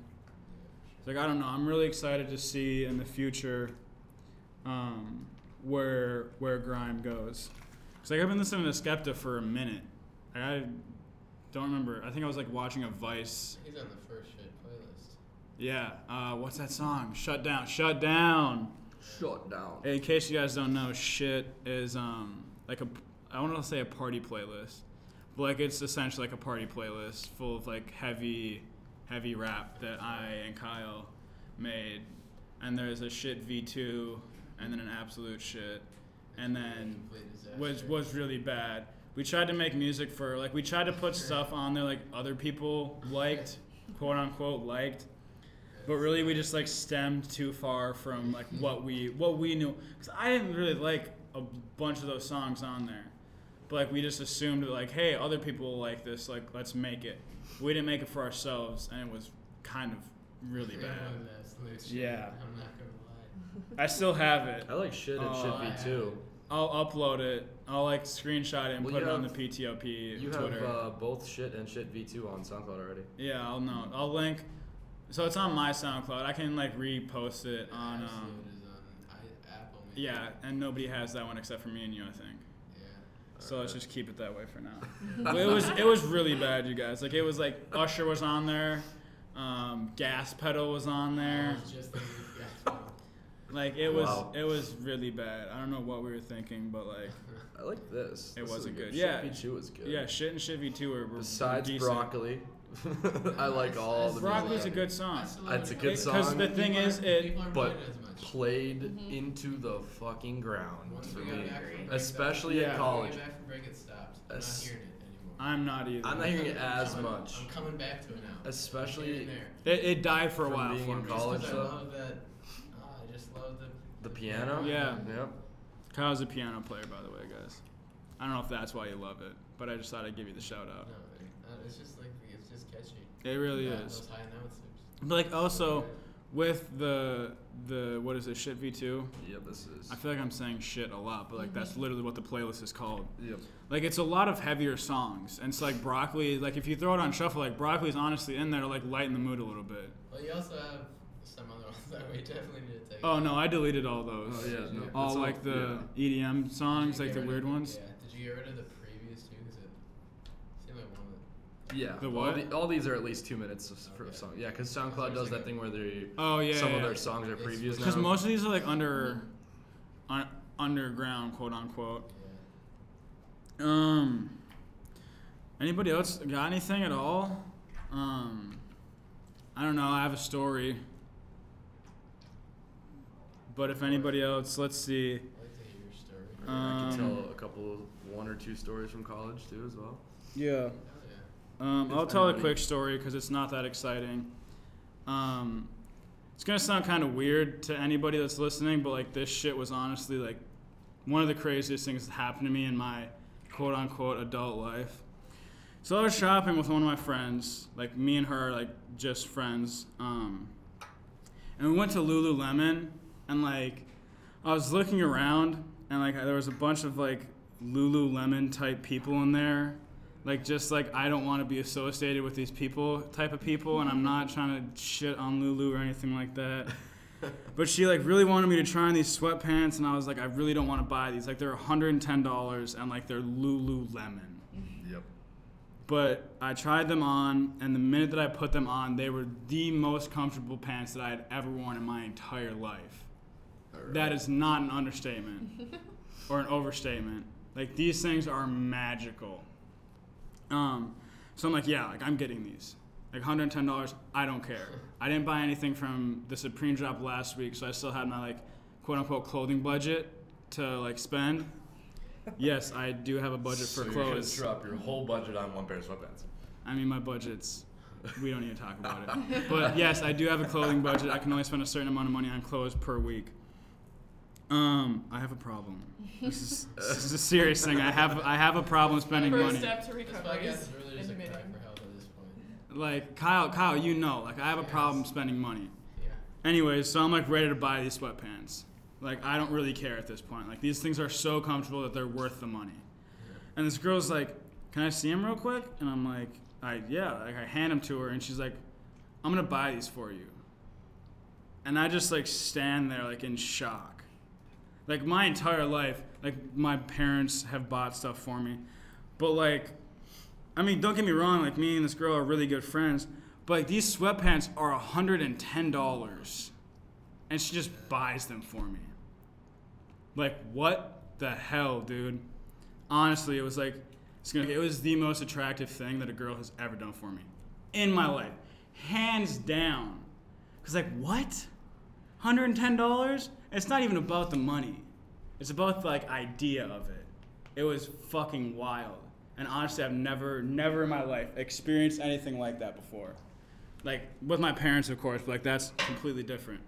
[SPEAKER 1] It's like I don't know. I'm really excited to see in the future um, where where grime goes. Cause like I've been listening to Skepta for a minute. Like, I don't remember. I think I was like watching a Vice.
[SPEAKER 4] He's on the first shit playlist.
[SPEAKER 1] Yeah. Uh, what's that song? Shut down. Shut down.
[SPEAKER 3] Shut down.
[SPEAKER 1] In case you guys don't know, shit is um like a I want to say a party playlist, but like it's essentially like a party playlist full of like heavy, heavy rap that I and Kyle made, and there's a shit V two, and then an absolute shit, and then
[SPEAKER 4] Complete disaster.
[SPEAKER 1] was was really bad. We tried to make music for like we tried to put stuff on there like other people liked, quote unquote liked, but really we just like stemmed too far from like what we what we knew. Cause I didn't really like a bunch of those songs on there. But like we just assumed that like, hey, other people like this, like let's make it. We didn't make it for ourselves, and it was kind of really
[SPEAKER 4] Grandma
[SPEAKER 1] bad.
[SPEAKER 4] mess, legit.
[SPEAKER 1] Yeah.
[SPEAKER 4] I'm not gonna lie.
[SPEAKER 1] I still have it.
[SPEAKER 3] I like shit and
[SPEAKER 1] Oh,
[SPEAKER 3] should
[SPEAKER 4] I-
[SPEAKER 3] be too.
[SPEAKER 1] I'll upload it. I'll like screenshot it and
[SPEAKER 3] Well,
[SPEAKER 1] put
[SPEAKER 3] you
[SPEAKER 1] it on the
[SPEAKER 3] have-
[SPEAKER 1] PTOP
[SPEAKER 3] You
[SPEAKER 1] Twitter.
[SPEAKER 3] have uh, both shit and shit V2 on SoundCloud already.
[SPEAKER 1] yeah, I'll know. I'll link. So it's on my SoundCloud. I can like repost it on.
[SPEAKER 4] Absolute
[SPEAKER 1] Um,
[SPEAKER 4] is on I, Apple. Maybe.
[SPEAKER 1] yeah, and nobody has that one except for me and you, I think.
[SPEAKER 4] Yeah.
[SPEAKER 1] So let's just keep it that way for now. Well, it was it was really bad, you guys. Like it was like Usher was on there, um, Gas Pedal was on there.
[SPEAKER 4] I was just thinking you guys
[SPEAKER 1] Like it was
[SPEAKER 3] Wow.
[SPEAKER 1] it was really bad. I don't know what we were thinking, but like
[SPEAKER 3] I like this.
[SPEAKER 1] It
[SPEAKER 3] This is
[SPEAKER 1] wasn't
[SPEAKER 3] a
[SPEAKER 1] good.
[SPEAKER 3] Shit
[SPEAKER 1] Yeah.
[SPEAKER 3] V2 is good.
[SPEAKER 1] yeah, shit and Chevy too were, were
[SPEAKER 3] Besides
[SPEAKER 1] decent.
[SPEAKER 3] broccoli, I like all the. music
[SPEAKER 1] Broccoli's a
[SPEAKER 3] on it.
[SPEAKER 1] good song.
[SPEAKER 3] That's a
[SPEAKER 4] Absolutely.
[SPEAKER 3] good
[SPEAKER 1] It-
[SPEAKER 3] song.
[SPEAKER 1] the thing
[SPEAKER 4] People
[SPEAKER 1] is,
[SPEAKER 4] aren't-
[SPEAKER 1] it
[SPEAKER 4] people aren't
[SPEAKER 3] but-
[SPEAKER 4] doing it as much.
[SPEAKER 3] Played into the fucking ground
[SPEAKER 4] Once
[SPEAKER 3] for
[SPEAKER 4] we got
[SPEAKER 3] me,
[SPEAKER 4] back from break,
[SPEAKER 3] especially
[SPEAKER 1] Yeah.
[SPEAKER 3] in
[SPEAKER 4] that, when
[SPEAKER 3] college.
[SPEAKER 4] we get back from break, it stopped. I'm not
[SPEAKER 3] As-
[SPEAKER 4] hearing it anymore.
[SPEAKER 1] I'm not either.
[SPEAKER 3] I'm not hearing it
[SPEAKER 4] I'm
[SPEAKER 3] as
[SPEAKER 4] coming-
[SPEAKER 3] much,
[SPEAKER 4] I'm coming back to it now. Here
[SPEAKER 3] especially
[SPEAKER 4] and there.
[SPEAKER 1] It, it died for a
[SPEAKER 3] From
[SPEAKER 1] while
[SPEAKER 3] being
[SPEAKER 1] for
[SPEAKER 3] in
[SPEAKER 1] me.
[SPEAKER 4] Just 'cause
[SPEAKER 3] college,
[SPEAKER 4] I
[SPEAKER 3] though.
[SPEAKER 4] love that. ah, I just love the
[SPEAKER 3] the piano.
[SPEAKER 1] Yeah.
[SPEAKER 3] Yep.
[SPEAKER 1] Kyle's a piano player, by the way, guys. I don't know if that's why you love it, but I just thought I'd give you the shout
[SPEAKER 4] No,
[SPEAKER 1] out.
[SPEAKER 4] it- it's just like it's just catchy.
[SPEAKER 1] It really
[SPEAKER 4] Yeah,
[SPEAKER 1] is.
[SPEAKER 4] Those high notes. are just-
[SPEAKER 1] But like also with the the what is it, shit V two?
[SPEAKER 3] Yep. This is.
[SPEAKER 1] I feel like I'm saying shit a lot, but like
[SPEAKER 3] Mm-hmm.
[SPEAKER 1] that's literally what the playlist is called.
[SPEAKER 3] Yep.
[SPEAKER 1] Like it's a lot of heavier songs, and it's like broccoli. Like if you throw it on shuffle, like broccoli's honestly in there to like lighten the mood a little bit.
[SPEAKER 4] Well, you also have some other ones that we definitely need to take.
[SPEAKER 1] Oh no, I deleted all those.
[SPEAKER 3] Oh yeah. No,
[SPEAKER 4] All,
[SPEAKER 3] that's
[SPEAKER 1] All like the EDM songs, like the weird ones.
[SPEAKER 4] Yeah. Did you get rid of the previous two? Because it seemed like one of the.
[SPEAKER 3] Yeah.
[SPEAKER 1] The
[SPEAKER 3] All,
[SPEAKER 1] what?
[SPEAKER 3] the, all these are at least two minutes of, for a
[SPEAKER 4] Okay.
[SPEAKER 3] song. Yeah, because
[SPEAKER 4] There's
[SPEAKER 3] SoundCloud does
[SPEAKER 4] like
[SPEAKER 3] that
[SPEAKER 4] a-
[SPEAKER 3] thing where they
[SPEAKER 1] Oh yeah.
[SPEAKER 3] some
[SPEAKER 1] yeah,
[SPEAKER 3] of
[SPEAKER 1] yeah.
[SPEAKER 3] their songs are
[SPEAKER 4] It's
[SPEAKER 3] previews
[SPEAKER 4] like-
[SPEAKER 1] Because
[SPEAKER 3] now.
[SPEAKER 1] most of these are like under, un, underground, quote unquote.
[SPEAKER 4] Yeah.
[SPEAKER 1] Um, anybody else got anything at all? Um, I don't know. I have a story, but if anybody else, let's see.
[SPEAKER 4] I like to hear your story. Oh,
[SPEAKER 3] I mean, I can
[SPEAKER 1] um,
[SPEAKER 3] tell a couple, one or two stories from college too, as well.
[SPEAKER 1] Yeah.
[SPEAKER 4] Oh, yeah.
[SPEAKER 1] Um,
[SPEAKER 3] If
[SPEAKER 1] I'll tell a
[SPEAKER 3] anybody-
[SPEAKER 1] quick story because it's not that exciting. Um, it's gonna sound kind of weird to anybody that's listening, but like this shit was honestly like one of the craziest things that happened to me in my quote unquote adult life. So I was shopping with one of my friends, like me and her, like just friends. Um, and we went to Lululemon, and like I was looking around, and like there was a bunch of like Lululemon type people in there, like just like I don't want to be associated with these people type of people, and I'm not trying to shit on Lulu or anything like that. But she like really wanted me to try on these sweatpants, and I was like, I really don't want to buy these. Like they're $110, and like they're Lululemon.
[SPEAKER 3] Yep.
[SPEAKER 1] But I tried them on, and the minute that I put them on, they were the most comfortable pants that I had ever worn in my entire life. That is not an understatement or an overstatement. Like these things are magical. Um, so I'm like, yeah, like I'm getting these. Like $110, I don't care. I didn't buy anything from the Supreme drop last week, so I still had my like quote unquote clothing budget to like spend. Yes, I do have a budget for clothes.
[SPEAKER 3] Drop your whole budget on one pair of sweatpants.
[SPEAKER 1] I mean, my budget's. We don't need to talk about it. But yes, I do have a clothing budget. I can only spend a certain amount of money on clothes per week. Um, I have a problem. This is, this is a serious thing. I have I have a problem spending
[SPEAKER 2] First
[SPEAKER 1] money.
[SPEAKER 2] step to
[SPEAKER 4] This
[SPEAKER 2] recovery
[SPEAKER 4] podcast
[SPEAKER 2] is
[SPEAKER 4] is really just a
[SPEAKER 2] admitting.
[SPEAKER 4] cry for help at this point.
[SPEAKER 1] Like Kyle, Kyle, you know, like I have a
[SPEAKER 4] Yes.
[SPEAKER 1] problem spending money.
[SPEAKER 4] Yeah.
[SPEAKER 1] Anyways, so I'm like ready to buy these sweatpants. Like I don't really care at this point. Like these things are so comfortable that they're worth the money. And this girl's like, "Can I see them real quick?" And I'm like, "I yeah." Like I hand them to her, and she's like, "I'm gonna buy these for you." And I just like stand there like in shock. Like my entire life, like my parents have bought stuff for me, but like, I mean, don't get me wrong. Like me and this girl are really good friends, but like these sweatpants are hundred and ten dollars, and she just buys them for me. Like what the hell, dude? honestly, it was like it's gonna, it was the most attractive thing that a girl has ever done for me in my life, hands down. Cause like what, hundred and ten dollars? It's not even about the money. It's about the like idea of it. It was fucking wild. And honestly, I've never, never in my life experienced anything like that before. Like with my parents, of course, but like that's completely different.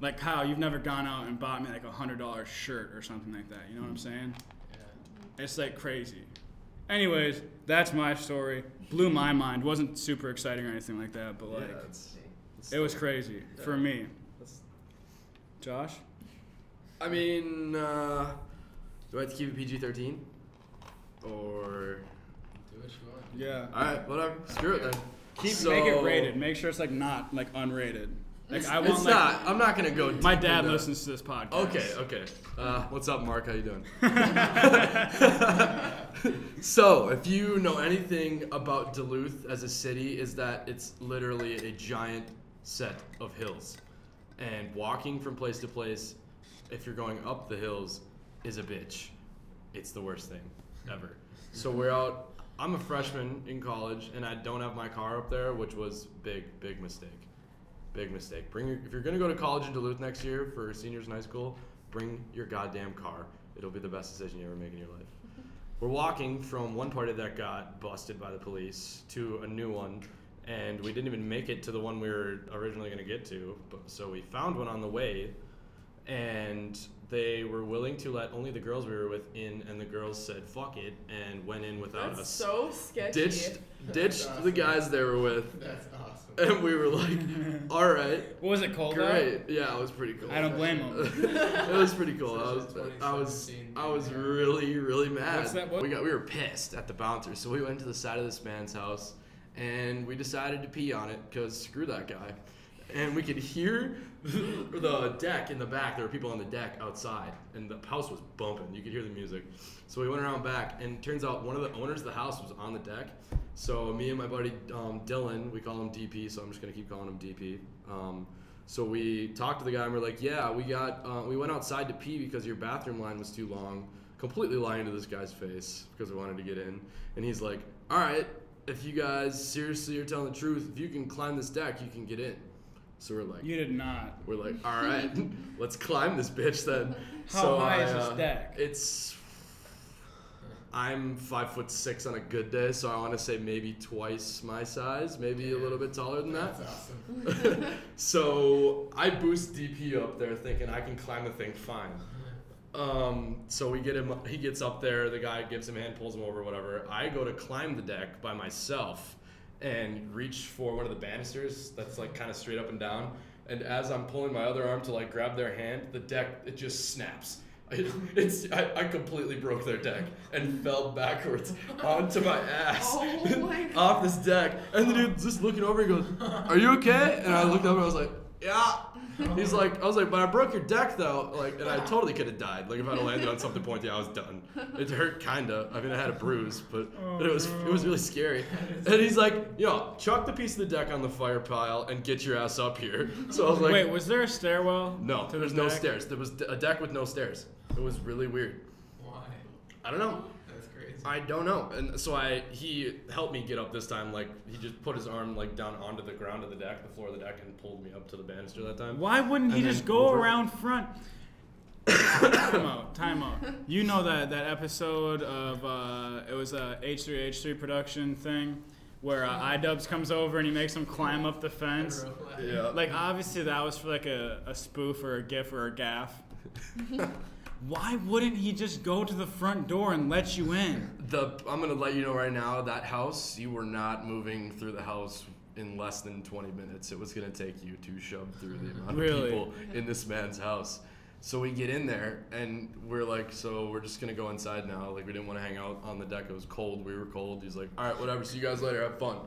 [SPEAKER 1] Like Kyle, you've never gone out and bought me like a hundred dollar shirt or something like that. You know what I'm
[SPEAKER 3] Mm-hmm.
[SPEAKER 1] saying?
[SPEAKER 4] Yeah.
[SPEAKER 1] It's like crazy. Anyways, that's my story. Blew my mind. wasn't super exciting or anything like that, but like
[SPEAKER 3] it's, it's
[SPEAKER 1] it was
[SPEAKER 3] still-
[SPEAKER 1] crazy
[SPEAKER 3] Yeah.
[SPEAKER 1] for me.
[SPEAKER 3] That's-
[SPEAKER 1] Josh,
[SPEAKER 3] I mean, uh, do I have to keep it PG thirteen? Or
[SPEAKER 4] Do what you want.
[SPEAKER 1] yeah,
[SPEAKER 3] all right, whatever. Screw it then.
[SPEAKER 1] keep
[SPEAKER 3] So-
[SPEAKER 1] make it rated. Make sure it's like not like unrated. Like I want
[SPEAKER 3] It's
[SPEAKER 1] like
[SPEAKER 3] not. I'm not gonna go.
[SPEAKER 1] my
[SPEAKER 3] deep
[SPEAKER 1] dad
[SPEAKER 3] into-
[SPEAKER 1] listens to this podcast.
[SPEAKER 3] Okay, okay. Uh, what's up, Mark? How you doing? so, if you know anything about Duluth as a city, is that it's literally a giant set of hills, and walking from place to place, if you're going up the hills, is a bitch. It's the worst thing ever. So we're out. I'm a freshman in college, and I don't have my car up there, which was big, big mistake. Big mistake. Bring your, if you're gonna go to college in Duluth next year for seniors in high school, bring your goddamn car. It'll be the best decision you ever make in your life. We're walking from one party that got busted by the police to a new one, and we didn't even make it to the one we were originally gonna get to. But, so we found one on the way, and they were willing to let only the girls we were with in, and the girls said "fuck it" and went in without
[SPEAKER 2] That's
[SPEAKER 3] us.
[SPEAKER 2] so sketchy.
[SPEAKER 3] ditched, ditched
[SPEAKER 4] That's
[SPEAKER 3] the
[SPEAKER 4] awesome.
[SPEAKER 3] guys they were with,
[SPEAKER 4] That's awesome.
[SPEAKER 3] and we were like, "All right."
[SPEAKER 1] What was it called?
[SPEAKER 3] Great. Yeah, it was pretty cool.
[SPEAKER 1] I don't blame him.
[SPEAKER 3] it was pretty cool. I was,
[SPEAKER 4] Such a
[SPEAKER 3] I was,
[SPEAKER 4] 2017
[SPEAKER 3] I was
[SPEAKER 4] thing.
[SPEAKER 3] really, really mad.
[SPEAKER 1] What's that- what-
[SPEAKER 3] We got, we were pissed at the bouncer, so we went to the side of this man's house, and we decided to pee on it because screw that guy. And we could hear the deck in the back. There were people on the deck outside, and the house was bumping. You could hear the music. So we went around back, and it turns out one of the owners of the house was on the deck. So me and my buddy um, Dylan, we call him DP, so I'm just gonna keep calling him DP. Um, so we talked to the guy, and we're like, "Yeah, we got, uh, we went outside to pee because your bathroom line was too long." Completely lying to this guy's face because we wanted to get in, and he's like, "All right, if you guys seriously are telling the truth, if you can climb this deck, you can get in." So we're like,
[SPEAKER 1] You did not.
[SPEAKER 3] we're like, all right, let's climb this bitch then. uh,
[SPEAKER 1] How high is this deck?
[SPEAKER 3] It's. I'm five foot six on a good day, so I want to say maybe twice my size, maybe a little bit taller than that.
[SPEAKER 4] That's awesome.
[SPEAKER 3] so I boost DP up there, thinking I can climb the thing fine. Um, so we get him. He gets up there. The guy gives him a hand, pulls him over, whatever. I go to climb the deck by myself and reach for one of the banisters that's like kind of straight up and down. And as I'm pulling my other arm to like grab their hand, the deck it just snaps. It, it's I, I completely broke their deck and fell backwards onto my ass
[SPEAKER 2] Oh my God.
[SPEAKER 3] off this deck. And the dude's just looking over and goes, Are you okay? And I looked up and I was like, Yeah. He's like, I was like, but I broke your deck though. Like, and I totally could have died. Like, if I'd have landed on something pointy, I was done. It hurt kinda. I mean, I had a bruise, but,
[SPEAKER 1] Oh,
[SPEAKER 3] but it was it was really scary. And he's like, Yo, chuck the piece of the deck on the fire pile and get your ass up here. So I was like,
[SPEAKER 1] Wait, was there a stairwell?
[SPEAKER 3] No,
[SPEAKER 1] to the
[SPEAKER 3] there's no
[SPEAKER 1] deck?
[SPEAKER 3] stairs. There was d- a deck with no stairs. It was really weird.
[SPEAKER 4] Why?
[SPEAKER 3] I don't know.
[SPEAKER 4] That's crazy.
[SPEAKER 3] I don't know. And so I he helped me get up this time. Like he just put his arm like down onto the ground of the deck, the floor of the deck, and pulled me up to the banister that time.
[SPEAKER 1] Why wouldn't he
[SPEAKER 3] And then
[SPEAKER 1] just go
[SPEAKER 3] over-
[SPEAKER 1] around front? time out, time out. You know that that episode of uh, it was a H3H3 production thing where uh, iDubbbz comes over and he makes him climb up the fence.
[SPEAKER 3] Yeah.
[SPEAKER 1] Like obviously that was for like a, a spoof or a gif or a gaff. Why wouldn't he just go to the front door and let you in?
[SPEAKER 3] The I'm gonna let you know right now that house you were not moving through the house in less than 20 minutes. It was gonna take you to shove through the amount of
[SPEAKER 1] Really?
[SPEAKER 3] people in this man's house. So we get in there and we're like, so we're just gonna go inside now. Like we didn't want to hang out on the deck. It was cold. We were cold. He's like, all right, whatever. See you guys later. Have fun.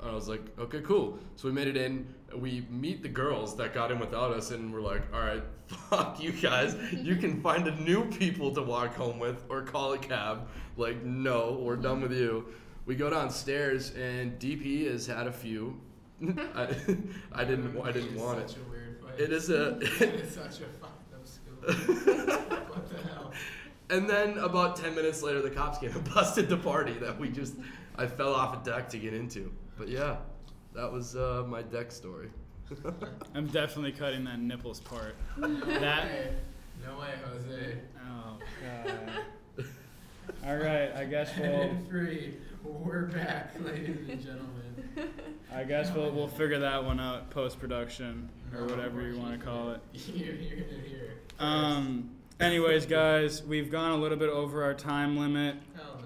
[SPEAKER 3] And I was like, okay, cool. So we made it in. We meet the girls that got in without us, and we're like, all right, fuck you guys. You can find a new people to walk home with or call a cab. Like, no, we're done with you. We go downstairs, and DP has had a few. I, I didn't. I didn't want
[SPEAKER 4] it's
[SPEAKER 3] it.
[SPEAKER 4] such a weird place.
[SPEAKER 3] It is a.
[SPEAKER 4] it's such a fucked up school. what the hell?
[SPEAKER 3] And then about ten minutes later, the cops came and busted the party that we just. I fell off a deck to get into. But yeah, that was uh, my deck story.
[SPEAKER 1] I'm definitely cutting that nipples part. That.
[SPEAKER 4] No way, Jose.
[SPEAKER 1] Oh god. All right, I guess we'll.
[SPEAKER 4] Free. We're back, ladies and gentlemen.
[SPEAKER 1] I guess we'll, we'll figure that one out post production or whatever you want to call it.
[SPEAKER 4] You're, you're gonna hear it. first.
[SPEAKER 1] Um, anyways, guys, we've gone a little bit over our time limit.
[SPEAKER 4] Hell no.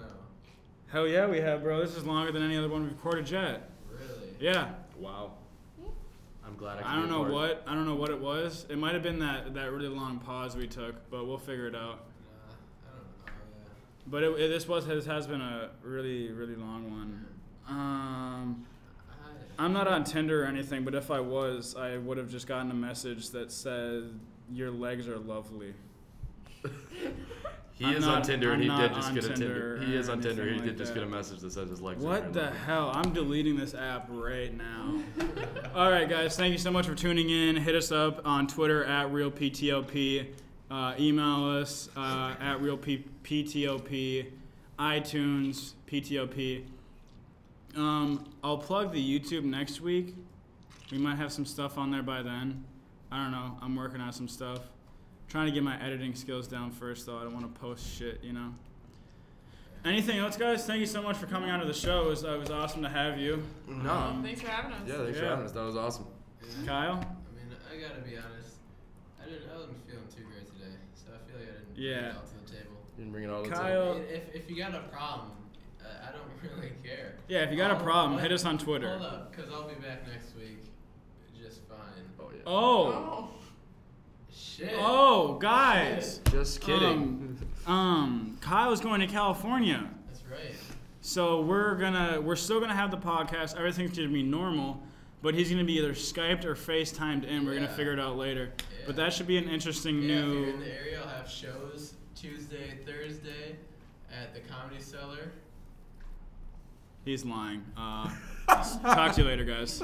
[SPEAKER 1] Hell yeah, we have, bro. This is longer than any other one we've recorded yet.
[SPEAKER 4] Really?
[SPEAKER 1] Yeah.
[SPEAKER 3] Wow. I'm glad I. Could
[SPEAKER 1] I don't
[SPEAKER 3] be a
[SPEAKER 1] know
[SPEAKER 3] part.
[SPEAKER 1] what I don't know what it was. It might have been that that really long pause we took, but we'll figure it out.
[SPEAKER 4] Nah, I don't know. Yeah.
[SPEAKER 1] But it, it- this was this has been a really really long one. Um,
[SPEAKER 4] I,
[SPEAKER 1] I'm not on Tinder or anything, but if I was, I would have just gotten a message that said your legs are lovely.
[SPEAKER 3] He
[SPEAKER 1] I'm
[SPEAKER 3] is on
[SPEAKER 1] not-
[SPEAKER 3] Tinder and
[SPEAKER 1] I'm
[SPEAKER 3] he did
[SPEAKER 1] not
[SPEAKER 3] just
[SPEAKER 1] on
[SPEAKER 3] get a
[SPEAKER 1] Tinder
[SPEAKER 3] Tinder. He
[SPEAKER 1] or
[SPEAKER 3] is on Tinder. He
[SPEAKER 1] anything
[SPEAKER 3] did
[SPEAKER 1] like
[SPEAKER 3] just get a
[SPEAKER 1] that.
[SPEAKER 3] message that says his legs. are
[SPEAKER 1] What
[SPEAKER 3] very
[SPEAKER 1] the
[SPEAKER 3] long.
[SPEAKER 1] hell? I'm deleting this app right now. All right, guys. Thank you so much for tuning in. Hit us up on Twitter at RealPTOP. Uh, email us uh, at RealPTOP. iTunes, PTOP. Um, I'll plug the YouTube next week. We might have some stuff on there by then. I don't know. I'm working on some stuff. Trying to get my editing skills down first, though. I don't want to post shit, you know? Anything else, guys? Thank you so much for coming onto the show. It was, it was awesome to have you.
[SPEAKER 3] No.
[SPEAKER 2] Thanks for having us.
[SPEAKER 3] Yeah, thanks for
[SPEAKER 1] Yeah.
[SPEAKER 3] having us. That was awesome.
[SPEAKER 1] Kyle?
[SPEAKER 4] I mean, I gotta be honest. I didn't. I wasn't feeling too great today, so I feel like I didn't bring
[SPEAKER 1] Yeah.
[SPEAKER 4] it all to the table.
[SPEAKER 3] You didn't bring it all the
[SPEAKER 1] Kyle-
[SPEAKER 3] time.
[SPEAKER 1] Well-
[SPEAKER 4] I mean, if if you got a problem, uh, I don't really care.
[SPEAKER 1] Yeah, if you got a
[SPEAKER 4] Oh,
[SPEAKER 1] problem,
[SPEAKER 4] what?
[SPEAKER 1] hit us on Twitter.
[SPEAKER 4] Hold up, cause I'll be back next week, just fine.
[SPEAKER 3] Oh yeah.
[SPEAKER 1] Oh,
[SPEAKER 2] Oh.
[SPEAKER 4] Shit.
[SPEAKER 1] oh, guys.
[SPEAKER 3] Just kidding.
[SPEAKER 1] Um, Kyle's going to California,
[SPEAKER 4] That's right.
[SPEAKER 1] so we're gonna we're still gonna have the podcast. Everything's gonna be normal, but he's gonna be either Skyped or FaceTimed in. We're
[SPEAKER 4] Yeah.
[SPEAKER 1] gonna figure it out later. But
[SPEAKER 4] Yeah.
[SPEAKER 1] that should be an interesting
[SPEAKER 4] Yeah, if
[SPEAKER 1] new.
[SPEAKER 4] you're in the area, I'll have shows Tuesday, Thursday at the Comedy Cellar.
[SPEAKER 1] He's lying. Uh, talk to you later, guys.